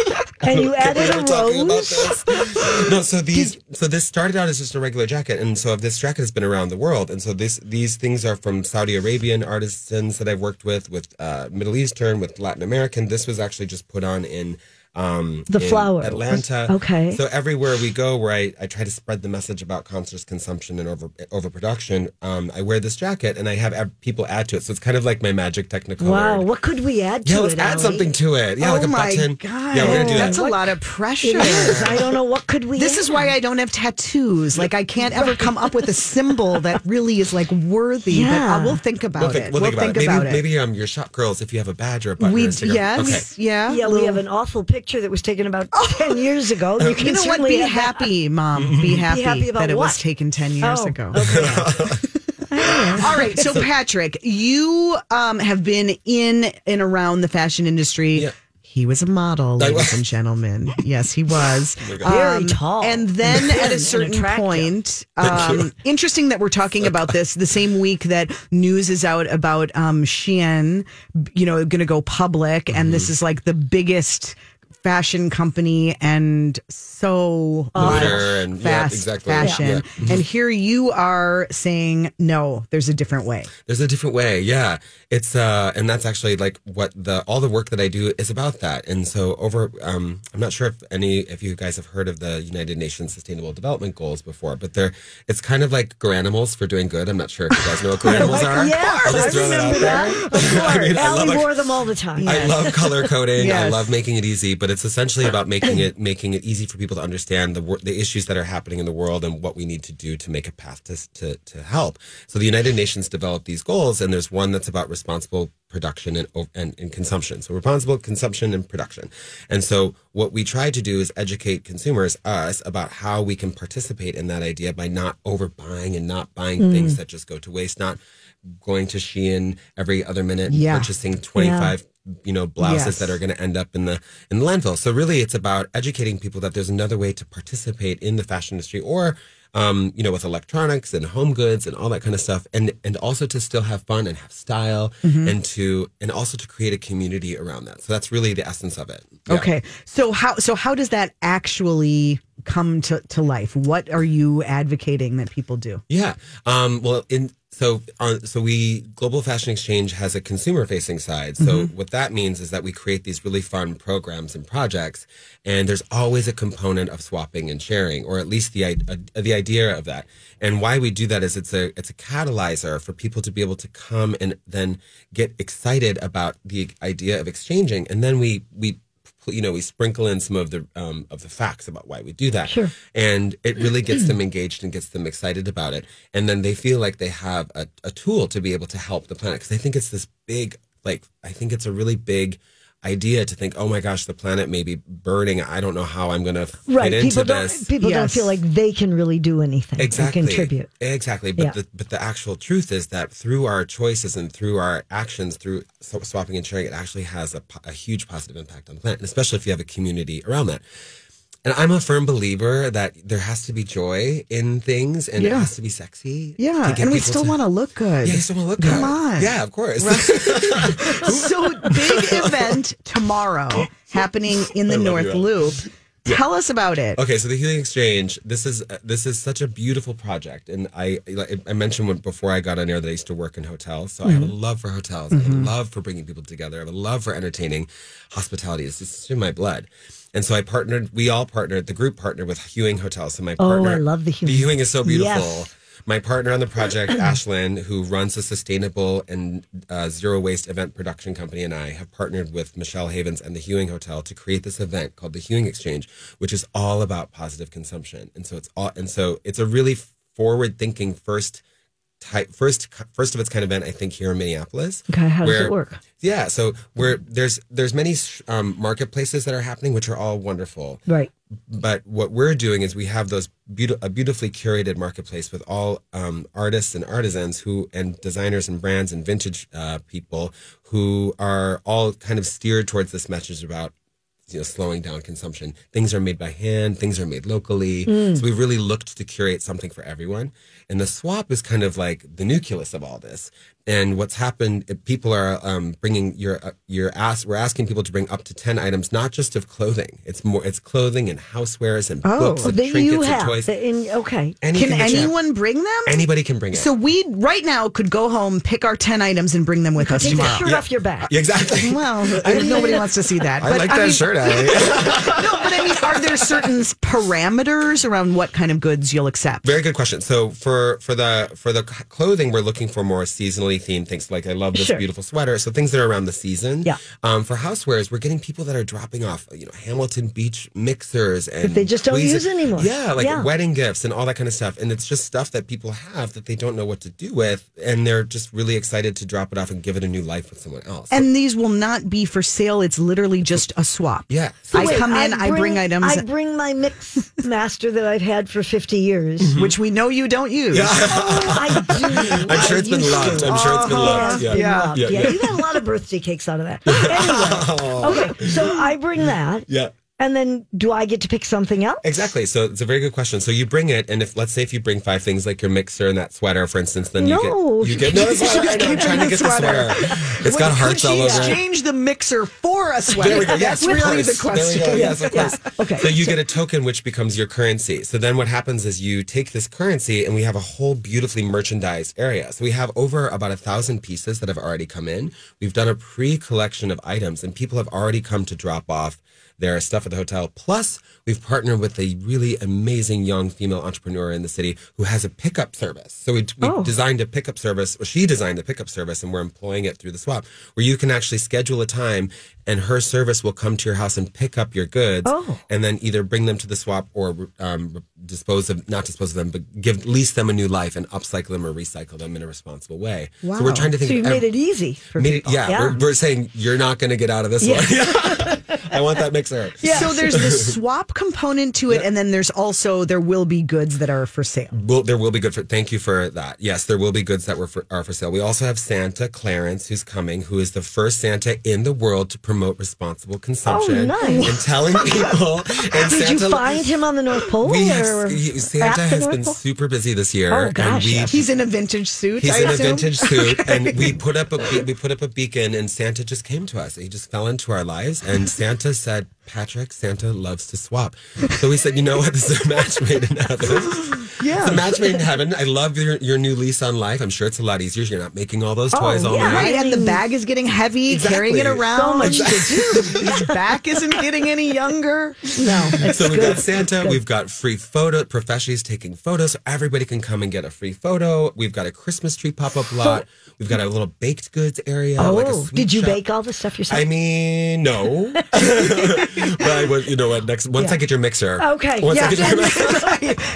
S2: and you
S6: we
S2: added a
S6: were talking about
S2: rose.
S6: this. No, so these, so this started out as just a regular jacket, and so this jacket has been around the world, and so this, these things are from Saudi Arabian artisans that I've worked with, with uh, Middle Eastern, with Latin American. This was actually just put on in. Um,
S2: The
S6: in
S2: flower.
S6: Atlanta.
S2: Okay.
S6: So everywhere we go, where I, I try to spread the message about conscious consumption and over overproduction, um, I wear this jacket and I have ev- people add to it. So it's kind of like my magic technicolor.
S2: Wow. What could we add to
S6: Yeah,
S2: it?
S6: let's add
S2: Ally?
S6: something to it. Yeah,
S1: oh
S6: like a
S1: my
S6: button.
S1: god.
S6: Yeah, we're gonna do that.
S1: That's a lot of
S2: It
S1: pressure.
S2: is. I don't know what could we.
S1: This is
S2: add?
S1: why I don't have tattoos. Like I can't ever come up with a symbol that really is like worthy.
S2: Yeah.
S1: But I will think about
S6: We'll think,
S1: it.
S6: we'll think about, it.
S1: it.
S6: Maybe, maybe um, your shop girls, if you have a badge or a button.
S1: we
S6: or a sticker.
S1: yes, yeah.
S2: Yeah, we have an awful picture that was taken about ten years ago. You can
S1: Oh. You know what?
S2: certainly
S1: Be
S2: add that. Mm-hmm.
S1: happy, mom. Be happy,
S2: happy about
S1: that it was
S2: what?
S1: taken ten years
S2: Oh,
S1: ago.
S2: Yeah.
S1: All right, so Patrick, you um, have been in and around the fashion industry.
S6: Yeah.
S1: He was a model,
S6: I
S1: ladies
S6: was. Oh
S1: and gentlemen. Yes, he was. Um,
S2: Very tall.
S1: And then at
S2: And
S1: a certain
S2: attractive.
S1: point, um, interesting that we're talking about this the same week that news is out about um, Shein, you know, going to go public. And
S6: Mm-hmm.
S1: this is like the biggest fashion company and so much
S6: Glitter and- yeah,
S1: fast
S6: exactly.
S1: fashion.
S6: Yeah. Mm-hmm.
S1: And here you are saying, no, there's a different way.
S6: There's a different way. Yeah. It's uh and that's actually like what the all the work that I do is about that. And so over um I'm not sure if any if you guys have heard of the United Nations Sustainable Development Goals before, but they're it's kind of like granimals for doing good. I'm not sure if you guys know what granimals are.
S2: Yeah,
S6: I'll
S2: I
S6: just throw that out
S2: remember
S6: there.
S2: that. Of course,
S6: I mean, I
S2: Ally
S6: love a-
S2: wore them all the time.
S6: I love color coding. I
S1: Yes.
S6: love making it easy, but it's essentially about making it making it easy for people to understand the wor- the issues that are happening in the world and what we need to do to make a path to to, to help. So the United Nations developed these goals, and there's one that's about responsible production and, o- and and consumption. So responsible consumption and production. And so what we try to do is educate consumers us about how we can participate in that idea by not overbuying and not buying
S1: Mm.
S6: things that just go to waste, not going to Shein every other minute and
S1: Yeah.
S6: purchasing 25 you know, blouses
S1: Yes.
S6: that are going to end up in the in the landfill. So really, it's about educating people that there's another way to participate in the fashion industry, or um, you know, with electronics and home goods and all that kind of stuff, and and also to still have fun and have style, and to and also to create a community around that. So that's really the essence of it. Yeah.
S1: Okay. So how so how does that actually come to, to life? What are you advocating that people do?
S6: Yeah. Um, well, in so on, so we Global Fashion Exchange has a consumer facing side. So what that means is that we create these really fun programs and projects, and there's always a component of swapping and sharing, or at least the i- uh, the idea of that. And why we do that is it's a it's a catalyzer for people to be able to come and then get excited about the idea of exchanging, and then we we you know we sprinkle in some of the um, of the facts about why we do that and it really gets them engaged and gets them excited about it and then they feel like they have a, a tool to be able to help the planet because i think it's this big like i think it's a really big idea to think oh my gosh the planet may be burning i don't know how i'm gonna fit
S2: Right.
S6: into
S2: People don't,
S6: this
S2: people don't
S1: Yes.
S2: feel like they can really do anything or
S6: exactly
S2: contribute.
S6: exactly but
S2: Yeah.
S6: the but the actual truth is that through our choices and through our actions through sw- swapping and sharing it actually has a, po- a huge positive impact on the planet and especially if you have a community around that and I'm a firm believer that there has to be joy in things and it
S1: Yeah.
S6: has to be sexy. to
S1: Yeah.
S6: get
S1: And we
S6: people
S1: still want to look good.
S6: Yeah, you still want to look
S1: Come
S6: good.
S1: on.
S6: Yeah, of course.
S1: so big event tomorrow happening in the
S6: love you,
S1: North
S6: Ellen.
S1: Loop. Tell us about it.
S6: Okay, so the Healing Exchange. This is this is such a beautiful project, and I like I mentioned when, before I got on air that I used to work in hotels, so I have a love for hotels. I have a love for bringing people together. I have a love for entertaining. Hospitality is just in my blood, and so I partnered. We all partnered. The group partnered with Hewing Hotels. So my
S2: Oh,
S6: partner,
S2: I love the Hewing.
S6: The Hewing is so beautiful.
S2: Yes.
S6: My partner on the project, Ashlyn, who runs a sustainable and uh, zero waste event production company, and I have partnered with Michelle Havens and the Hewing Hotel to create this event called the Hewing Exchange, which is all about positive consumption. And so it's all, and so it's a really forward-thinking first type, first first of its kind event, I think, here in Minneapolis.
S2: Okay, how does
S6: where-
S2: it work?
S6: Yeah, so where there's there's many um, marketplaces that are happening, which are all wonderful
S2: Right.
S6: but what we're doing is we have those beauti- a beautifully curated marketplace with all um, artists and artisans who and designers and brands and vintage uh, people who are all kind of steered towards this message about you know slowing down consumption things are made by hand things are made locally so we really looked to curate something for everyone and the swap is kind of like the nucleus of all this and what's happened uh, people are um, bringing your uh, your ask we're asking people to bring up to 10 items not just of clothing it's more it's clothing and housewares and
S1: Oh,
S6: books and
S2: that
S6: trinkets
S2: you
S6: and
S2: have.
S6: toys
S2: the- in- okay.
S6: anything
S1: Can
S6: that you have.
S1: anyone bring them?
S6: anybody can bring it
S1: so we right now could go home, pick our ten items, and bring them with us
S2: Take the
S1: tomorrow.
S2: shirt off your back.
S6: Yeah, exactly
S1: Well, nobody wants to see that.
S6: I like that
S1: mean,
S6: shirt, Allie.
S1: No, but I mean, are there certain parameters around what kind of goods you'll accept?
S6: Very good question. So for for the for the c- clothing, we're looking for more seasonally themed things. Like I love this
S2: Sure.
S6: beautiful sweater. So things that are around the season.
S2: Yeah.
S6: Um, for housewares, we're getting people that are dropping off, you know, Hamilton Beach mixers and
S2: they just don't
S6: tweezers.
S2: use anymore.
S6: Yeah, like
S2: Yeah.
S6: wedding gifts and all that kind of stuff. And it's just stuff that people have that they don't know what to do with, and they're just really excited to drop it off and give it a new life with someone else.
S1: And these will not be for sale. It's literally just a swap.
S6: yeah.
S1: I
S2: Wait,
S1: come in, I bring, items
S2: I bring my mix master that I've had for 50 years.
S1: which we know you don't use.
S2: I do.
S6: I'm sure it's
S2: I
S6: been
S2: used
S6: loved.
S2: to.
S6: I'm sure it's been
S2: It
S6: loved.
S2: has
S6: Yeah.
S2: been
S1: Yeah.
S2: loved.
S6: Yeah,
S2: Yeah.
S6: yeah.
S2: You got a lot of birthday cakes out of that. Anyway, okay. So I bring that.
S6: Yeah.
S2: And then do I get to pick something else?
S6: Exactly. So it's a very good question. So you bring it, and if let's say if you bring five things like your mixer and that sweater, for instance, then
S2: No.
S6: you get you get no. That's what I know. I'm trying to get the sweater. It's got hearts all over. it.
S1: Exchange the mixer for a sweater.
S6: There we go. Yes,
S1: That's
S6: of
S1: really the
S6: course.
S1: question.
S6: There we go. Yes, of
S2: Yeah.
S6: course.
S2: Okay.
S6: So you get a token, which becomes your currency. So then what happens is you take this currency, and we have a whole beautifully merchandised area. So we have over about a thousand pieces that have already come in. We've done a pre-collection of items, and people have already come to drop off their stuff at the hotel. Plus, we've partnered with a really amazing young female entrepreneur in the city who has a pickup service. So we, we designed a pickup service, or she designed the pickup service, and we're employing it through the swap, where you can actually schedule a time and her service will come to your house and pick up your goods and then either bring them to the swap or um, dispose of not dispose of them but give lease them a new life and upcycle them or recycle them in a responsible way so
S1: Wow.
S6: we're trying to think
S2: So you
S6: of
S2: made it
S6: ev-
S2: easy for
S6: made it-
S2: people.
S6: yeah, We're, we're saying you're not going to get out of this one i want that mixer
S1: So there's the swap component to it, and then there's also there will be goods that are for sale.
S6: Will, there will be good for. Thank you for that. Yes, there will be goods that were for, are for sale. We also have Santa Clarence, who's coming, who is the first Santa in the world to promote responsible consumption
S2: Oh, nice.
S6: and telling people. And
S2: Did
S6: Santa,
S2: you find him on the North Pole?
S6: We
S2: or
S6: have, he-
S2: at
S6: Santa
S2: the
S6: has
S2: North
S6: been
S2: Pole?
S6: super busy this year.
S2: Oh, gosh,
S6: and we,
S2: yes.
S1: He's in a vintage suit.
S6: He's
S1: I
S6: in a
S1: assume?
S6: vintage suit, and we put up a we, we put up a beacon, and Santa just came to us. He just fell into our lives, and Santa said, "Patrick, Santa loves to swap." So we said, "You know what? This is a match made in heaven. Yeah, it's a match made in heaven. I love your your new lease on life. I'm sure it's a lot easier. You're not making all those toys all
S2: Oh, yeah,
S6: night.
S1: Right, and the bag is getting heavy, carrying it
S6: Exactly. So
S1: around.
S2: much to
S1: His back isn't getting any younger.
S2: No, it's
S6: So we've
S2: good.
S6: got Santa. We've got free photo. Professionals taking photos. So everybody can come and get a free photo. We've got a Christmas tree pop up lot. We've got a little baked goods area.
S2: Oh,
S6: like a sweet
S2: did you
S6: shop.
S2: bake all the stuff yourself?
S6: I mean, no. but I would, you know what? Next, once I get your mixer.
S2: Okay,
S6: Once I
S2: yeah.
S6: get your mixer.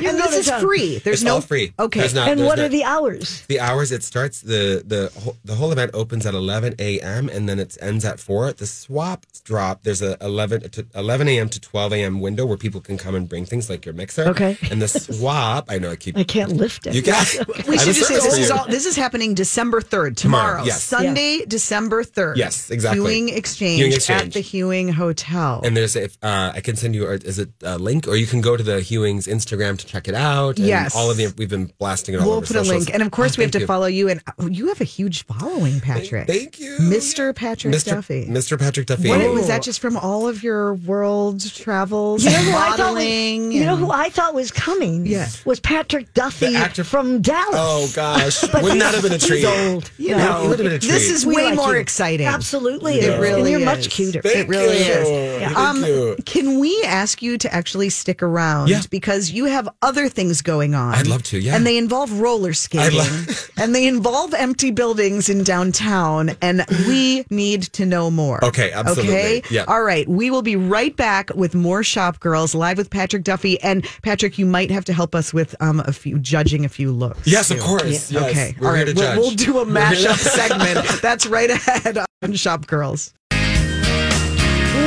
S2: You're
S1: and this
S2: gonna
S1: is
S2: tell-
S1: free. There's
S6: It's
S1: no
S6: all free.
S1: Okay.
S6: There's not-
S2: and what
S6: no-
S2: are the hours?
S6: The hours it starts the the whole- the whole event opens at 11 a.m. and then it ends at four. The swap drop there's a 11 to 11 a.m. to 12 a.m. window where people can come and bring things like your mixer.
S2: Okay.
S6: And the swap, I know I keep
S2: I can't lift it.
S6: You got.
S1: we
S6: I have
S1: should
S6: a
S1: just say
S6: service
S1: this
S6: for
S1: is
S6: you.
S1: all. This is happening December third tomorrow,
S6: Tomorrow, yes.
S1: Sunday, December third.
S6: Yes, exactly.
S1: Hewing exchange,
S6: Hewing Exchange.
S1: at the Hewing Hotel.
S6: And there's if uh, I can send you or is it a link or you can go to the Hewings Instagram to check it out. and
S1: Yes.
S6: all of the we've been blasting it all
S1: we'll
S6: over
S1: put a
S6: socials.
S1: link, and of course
S6: Oh,
S1: we have
S6: thank
S1: to
S6: you.
S1: follow you. And oh, you have a huge following, Patrick.
S6: Thank you,
S1: Mr. Patrick
S6: Mr.
S1: Duffy.
S6: Mr. Patrick Duffy.
S1: What was that? Just from all of your world travels,
S2: You know,
S1: and
S2: who I thought was,
S1: modeling.
S2: you know
S1: and-
S2: who I thought was coming?
S1: Yeah.
S2: Was Patrick Duffy
S6: The actor-
S2: from Dallas.
S6: Oh gosh, wouldn't that have been a
S2: he's
S6: treat?
S2: old, you
S6: It
S2: know.
S6: would have been a treat.
S1: This is
S2: We
S1: way
S2: like
S1: more
S2: you.
S1: exciting.
S2: Absolutely.
S1: It
S2: is. And
S1: really
S2: you're
S1: is.
S2: much cuter.
S6: Thank
S1: it really
S6: you.
S1: is.
S6: Thank
S1: Um,
S6: you.
S1: Can we ask you to actually stick around
S6: Yeah.
S1: because you have other things going on?
S6: I'd love to, yeah.
S1: And they involve roller skating,
S6: love-
S1: and they involve empty buildings in downtown, and we need to know more.
S6: Okay, absolutely.
S1: Okay,
S6: Yeah.
S1: All right, we will be right back with more Shop Girls live with Patrick Duffy, and Patrick, you might have to help us with um a few judging a few looks.
S6: Yes, of
S1: too.
S6: course. Yes.
S1: Okay,
S6: We're
S1: all
S6: here
S1: right.
S6: to
S1: we'll,
S6: judge.
S1: we'll do a
S6: We're here
S1: mashup
S6: to-
S1: segment. That's right ahead on Shop Girls.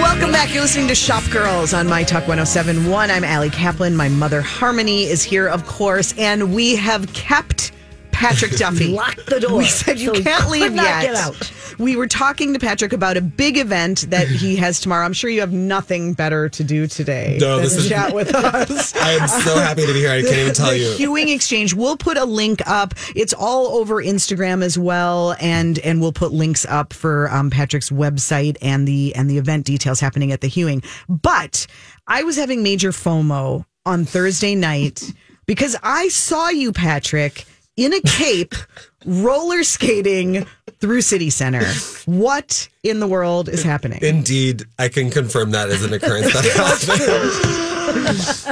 S1: Welcome back. You're listening to Shop Girls on My Talk 1071. I'm Allie Kaplan. My mother, Harmony, is here, of course, and we have kept Patrick Duffy.
S2: Lock the door.
S1: We said you
S2: so he
S1: can't
S2: could
S1: leave
S2: not
S1: yet.
S2: Get out.
S1: We were talking to Patrick about a big event that he has tomorrow. I'm sure you have nothing better to do today
S6: No,
S1: than
S6: this is-
S1: chat with us.
S6: I am so happy to be here. I can't even tell
S1: the
S6: you.
S1: Hewing Exchange. We'll put a link up. It's all over Instagram as well, and and we'll put links up for um, Patrick's website and the and the event details happening at the Hewing. But I was having major FOMO on Thursday night because I saw you, Patrick, in a cape, roller skating through City Center. What in the world is happening?
S6: Indeed, I can confirm that as an occurrence that happened.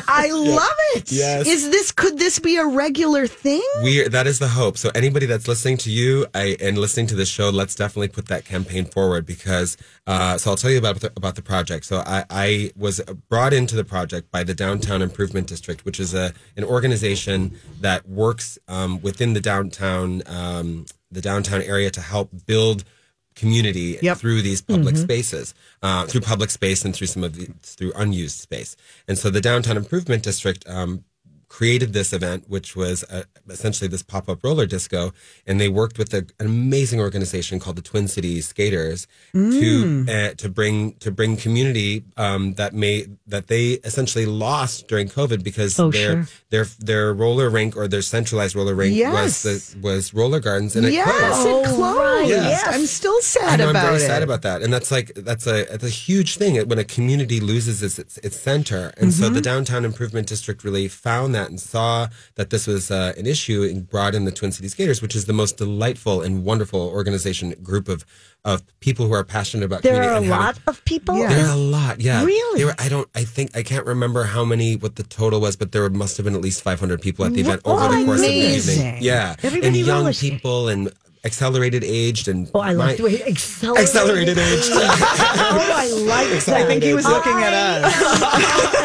S1: I love it. Is
S6: Yes.
S1: this could this be a regular thing?
S6: We that is the hope. So anybody that's listening to you I, and listening to this show, let's definitely put that campaign forward because. Uh, so I'll tell you about the, about the project. So I, I was brought into the project by the Downtown Improvement District, which is a an organization that works um, within the downtown um, the downtown area to help build community
S1: Yep.
S6: through these public spaces, uh, through public space and through some of the through unused space. And so the downtown improvement district um, created this event, which was uh, essentially this pop up roller disco, and they worked with a, an amazing organization called the Twin Cities Skaters
S1: Mm.
S6: to uh, to bring to bring community um, that may that they essentially lost during COVID because
S2: Oh,
S6: their
S2: sure.
S6: their their roller rink or their centralized roller rink
S1: Yes.
S6: was the, was roller gardens and it closed.
S1: Yes, it
S2: Oh,
S1: closed.
S2: right.
S6: Yes.
S1: I'm still
S6: I
S1: sad
S6: know,
S1: about
S6: I'm very
S1: it.
S6: sad about that, and that's like that's a that's a huge thing when a community loses its its, its center, and so
S2: Mm-hmm.
S6: the downtown improvement district really found that and saw that this was uh, an issue and brought in the Twin Cities Gators, which is the most delightful and wonderful organization group of of people who are passionate about
S2: There are a
S6: community and having-
S2: lot of people.
S1: Yeah.
S6: there are a lot, yeah.
S2: Really?
S6: There were, I don't. I think I can't remember how many what the total was, but there must have been at least 500 people at the event
S2: Wha-
S6: over the course of the
S1: amazing.
S6: evening. Yeah,
S2: Everybody
S6: and young
S2: relishing.
S6: people and accelerated aged and
S2: Oh, I
S6: my-
S2: like the way accelerated.
S6: accelerated aged.
S2: Oh, I like that.
S1: I think he was looking at us.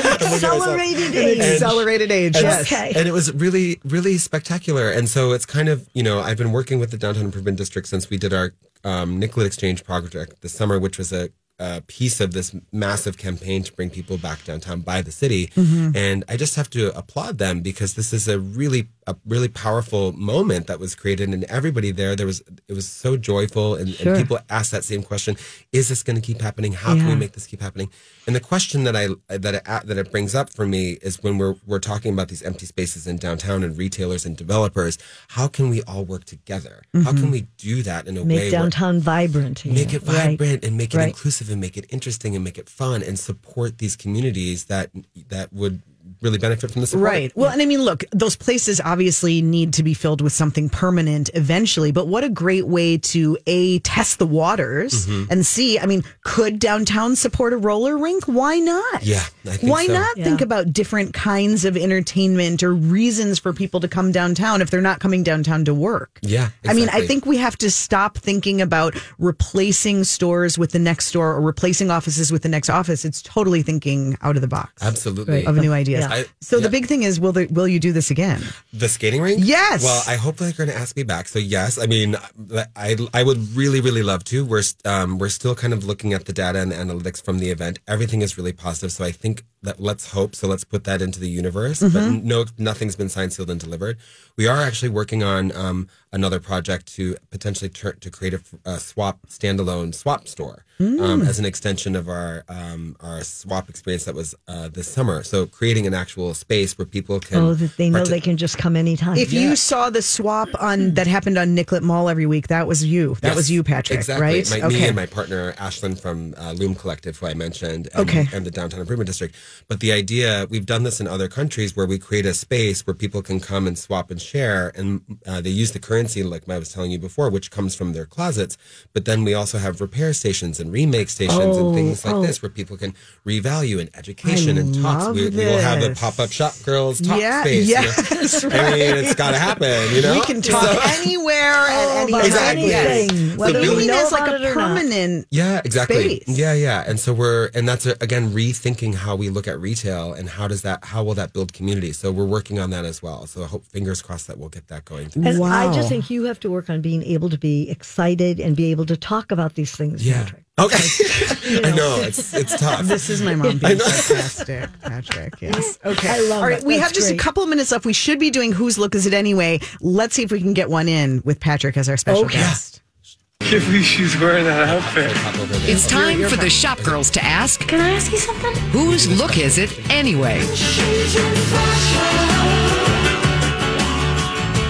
S1: An
S2: accelerated age.
S1: accelerated age. Yes.
S2: Okay.
S6: And it was really, really spectacular. And so it's kind of, you know, I've been working with the Downtown Improvement District since we did our um, Nicollet Exchange project this summer, which was a, a piece of this massive campaign to bring people back downtown by the city.
S1: Mm-hmm.
S6: And I just have to applaud them because this is a really, a really powerful moment that was created. And everybody there, there was, it was so joyful. And, and people asked that same question: Is this going to keep happening? How can we make this keep happening? And the question that I that it, that it brings up for me is when we're we're talking about these empty spaces in downtown and retailers and developers, how can we all work together? How
S1: Mm-hmm.
S6: can we do that in a way
S2: Make
S6: where-
S2: downtown vibrant. yeah,
S6: make it
S2: right.
S6: vibrant and make it
S2: right.
S6: inclusive and make it interesting and make it fun and support these communities that that would really benefit from the support.
S1: Right. Well, and I mean, look, those places obviously need to be filled with something permanent eventually, but what a great way to A, test the waters
S6: Mm-hmm.
S1: and see. I mean, could downtown support a roller rink? Why not?
S6: Yeah, I think
S1: Why
S6: so.
S1: not think
S2: Yeah.
S1: about different kinds of entertainment or reasons for people to come downtown if they're not coming downtown to work?
S6: Yeah,
S1: I mean, I
S6: exactly.
S1: think we have to stop thinking about replacing stores with the next store or replacing offices with the next office. It's totally thinking out of the box
S6: Absolutely.
S1: of new ideas.
S2: Yeah.
S6: I-
S1: so the
S6: yeah.
S1: big thing is, will there, will you do this again?
S6: The skating rink?
S1: Yes.
S6: Well, I hope they're going to ask me back. So yes, I mean, I I would really really love to. We're um we're still kind of looking at the data and the analytics from the event. Everything is really positive. So I think that let's hope. So let's put that into the universe. But no, nothing's been signed, sealed, and delivered. We are actually working on um another project to potentially tur to create a, a swap standalone swap store um, as an extension of our um our swap experience that was uh, this summer. So creating an actual space where people can
S2: Oh, that they know
S6: partic-
S2: they can just come anytime.
S1: If you saw the swap on that happened on Nicollet Mall every week, that was you. That
S6: Yes,
S1: was you, Patrick.
S6: Exactly.
S1: Right?
S6: My, Me and my partner Ashlyn from uh, Loom Collective, who I mentioned, and,
S1: Okay.
S6: and the Downtown Improvement District. But the idea we've done this in other countries where we create a space where people can come and swap and share, and uh, they use the currency, like I was telling you before, which comes from their closets. But then we also have repair stations and remake stations and things
S1: Oh,
S6: like this where people can revalue and education and talks.
S1: love
S6: We, we will have a
S1: this.
S6: pop up shop girls talk
S1: Yeah,
S6: space. you know?
S1: yes,
S6: I mean, it's got to happen. You know,
S1: we can talk anywhere at any
S2: about
S1: time.
S6: Exactly.
S1: Yes.
S2: anything,
S1: But
S2: whether
S1: you
S6: we
S1: mean
S2: know
S1: as like
S2: about
S1: a
S2: it or not.
S1: permanent?
S6: Yeah, exactly.
S1: space.
S6: Yeah, yeah. And so we're and that's uh again rethinking how we look at retail and how does that how will that build community. So we're working on that as well. So I hope fingers crossed that we'll get that going.
S2: And I
S1: Wow.
S2: just think you have to work on being able to be excited and be able to talk about these things,
S6: Yeah.
S2: Patrick.
S6: Okay. I know it's it's tough.
S1: This is my mom being sarcastic, Patrick. Yes. Okay.
S2: I love
S1: All right.
S2: it.
S1: We
S2: That's
S1: have just
S2: great.
S1: a couple minutes left. We should be doing whose look is it anyway. Let's see if we can get one in with Patrick as our special
S2: Okay.
S1: guest.
S7: can't believe she's wearing that outfit.
S6: Hop over there.
S8: It's time for the shop girls to ask
S3: Can I ask you something?
S8: whose look is it anyway?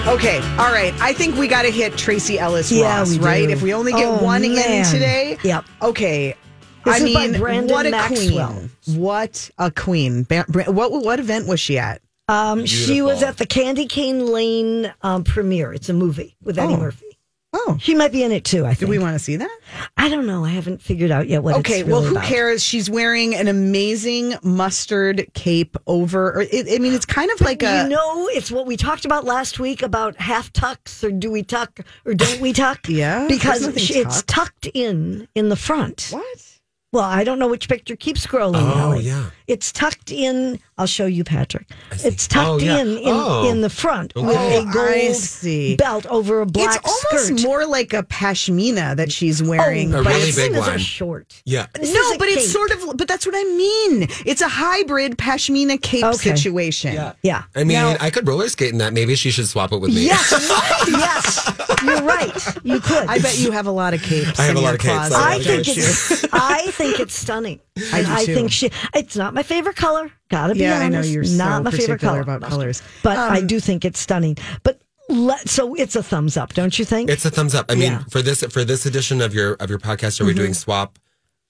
S1: Okay, all right. I think we got to hit Tracy Ellis
S2: Yeah,
S1: Ross,
S2: we do.
S1: right? If we only get
S2: Oh,
S1: one in
S2: man.
S1: today.
S2: Yep.
S1: Okay.
S2: This
S1: I
S2: is by
S1: mean,
S2: Brandon
S1: what a
S2: Maxwell.
S1: queen! What a queen! Ba- Bra- What what event was she at?
S2: Um, she was
S6: Beautiful.
S2: at the Candy Cane Lane um, premiere. It's a movie with Eddie
S1: Oh.
S2: Murphy.
S1: Oh,
S2: She might be in it too. I
S1: do
S2: think.
S1: we want to see that?
S2: I don't know. I haven't figured out yet what.
S1: okay,
S2: It's really
S1: well, who
S2: about.
S1: cares? She's wearing an amazing mustard cape over. Or it, I mean, it's kind of like a.
S2: you know, it's what we talked about last week about half tucks or do we tuck or don't we tuck?
S1: Yeah,
S2: because
S1: there's nothing
S2: she- it's
S1: tucked.
S2: tucked in in the front.
S1: what?
S2: Well, I don't know which picture. Keep scrolling.
S6: Oh,
S2: Ally.
S6: yeah.
S2: It's tucked in. I'll show you, Patrick. It's tucked
S6: Oh, yeah.
S2: in in,
S6: Oh.
S2: in the front with
S6: Okay.
S2: a
S1: Oh, I see.
S2: gold belt over a black
S1: it's
S2: skirt.
S1: almost more like a pashmina that she's wearing.
S2: Oh,
S6: A
S1: but
S6: really
S1: it's-
S6: big
S2: Pashminas are
S6: one.
S2: short.
S6: yeah.
S2: This is
S1: no,
S2: a
S1: but it's
S2: cape.
S1: sort of, but that's what I mean. It's a hybrid pashmina cape
S2: Okay.
S1: situation.
S2: Yeah.
S6: I mean,
S2: Now-
S6: I could roller skate in that. Maybe she should swap it with me.
S2: yes, right, yes, you're right. You could.
S1: I bet you have a lot of capes.
S6: I have
S1: in
S6: a lot
S1: your
S6: of capes.
S1: closet.
S6: I
S2: I
S6: love
S2: think
S6: that
S2: it's. I think it's stunning. I,
S1: do
S2: I
S1: too.
S2: think she. It's not my favorite color. Gotta be
S1: Yeah, I
S2: honest.
S1: know you're
S2: not
S1: so
S2: my favorite
S1: particular
S2: color
S1: about colors.
S2: but I
S1: Um,
S2: do think it's stunning. But let, so it's a thumbs up, don't you think?
S6: It's a thumbs up. I mean,
S2: Yeah.
S6: for this for this edition of your of your podcast, are we doing swap,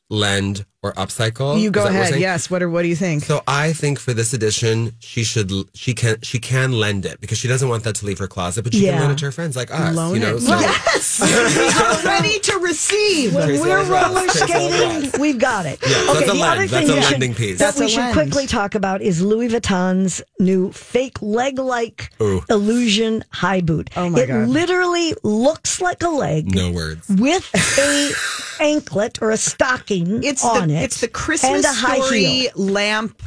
S6: lend, or upcycle.
S1: Mm-hmm. You
S6: Is
S1: go
S6: that what we're
S1: ahead.
S6: saying?
S1: Yes. What are, What do you think?
S6: So I think for this edition, she should she can she can lend it because she doesn't want that to leave her closet, but she
S2: Yeah.
S6: can loan it to her friends like us.
S1: Loan
S6: you know,
S1: it.
S6: so-
S1: yes. We're ready to receive.
S2: When
S6: Tracy
S2: we're
S6: always rocks.
S2: roller
S6: Tracy always
S2: skating,
S6: rocks.
S2: we've got it.
S6: Yeah, so that's a lend. That's a
S2: we should-
S6: lending piece.
S2: that
S1: That's
S2: we
S1: a
S2: should
S1: lend.
S2: quickly talk about is Louis Vuitton's new fake leg-like
S6: Ooh.
S2: illusion high boot.
S1: Oh, my
S2: it
S1: God.
S2: literally looks like a leg
S6: No words.
S2: with a anklet or a stocking
S1: It's
S2: on
S1: the
S2: it.
S1: it's the
S2: and
S1: Christmas
S2: a high heel.
S1: story lamp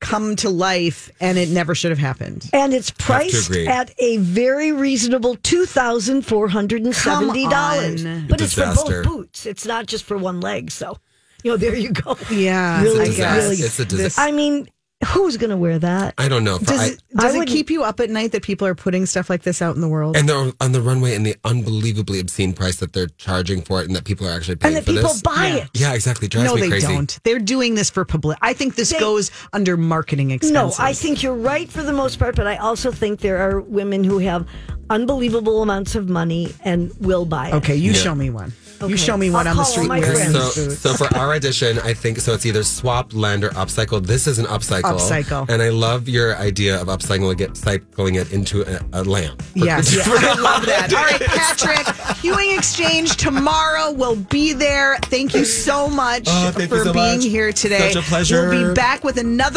S1: come to life, and it never should have happened.
S2: And it's priced
S6: agree.
S2: at a very reasonable two thousand four hundred and seventy dollars.
S1: Come on.
S2: But it's for
S6: Disaster.
S2: both boots. It's not just for one leg. So, you know, there you go.
S1: Yeah,
S2: Really,
S1: I
S6: It's a
S1: guess.
S6: disaster. It's a disaster.
S2: I mean, who's going to wear that?
S6: I don't know. For,
S1: Does
S6: I,
S1: it, does
S2: I
S1: it
S2: wouldn't-
S1: keep you up at night that people are putting stuff like this out in the world?
S6: and they're on the runway and the unbelievably obscene price that they're charging for it, and that people are actually paying
S2: and that
S6: for
S2: people
S6: this.
S2: buy it.
S6: yeah, exactly. It drives
S1: no,
S6: me
S1: they
S6: crazy.
S1: don't. They're doing this for public. I think this
S2: They-
S1: goes under marketing
S2: No,
S1: expenses.
S2: I think you're right for the most part, but I also think there are women who have unbelievable amounts of money and will buy it.
S1: Okay, you
S6: Yeah.
S1: show me one.
S2: Okay.
S1: You show me one
S2: I'll
S1: on the
S2: call all
S1: street
S2: my
S1: wearing these
S2: friends.
S6: So,
S1: boots.
S6: so for our edition, I think so. It's either swap, lend, or upcycle. This is an upcycle.
S1: Upcycle.
S6: And I love your idea of upcycling it, cycling it into a, a lamp.
S1: Yes, yeah, I love that. All right, Patrick, Hewing Exchange tomorrow will be there. Thank you so much
S6: Oh, thank
S1: for
S6: you so
S1: being
S6: much.
S1: here today.
S6: Such a pleasure.
S1: We'll be back with another.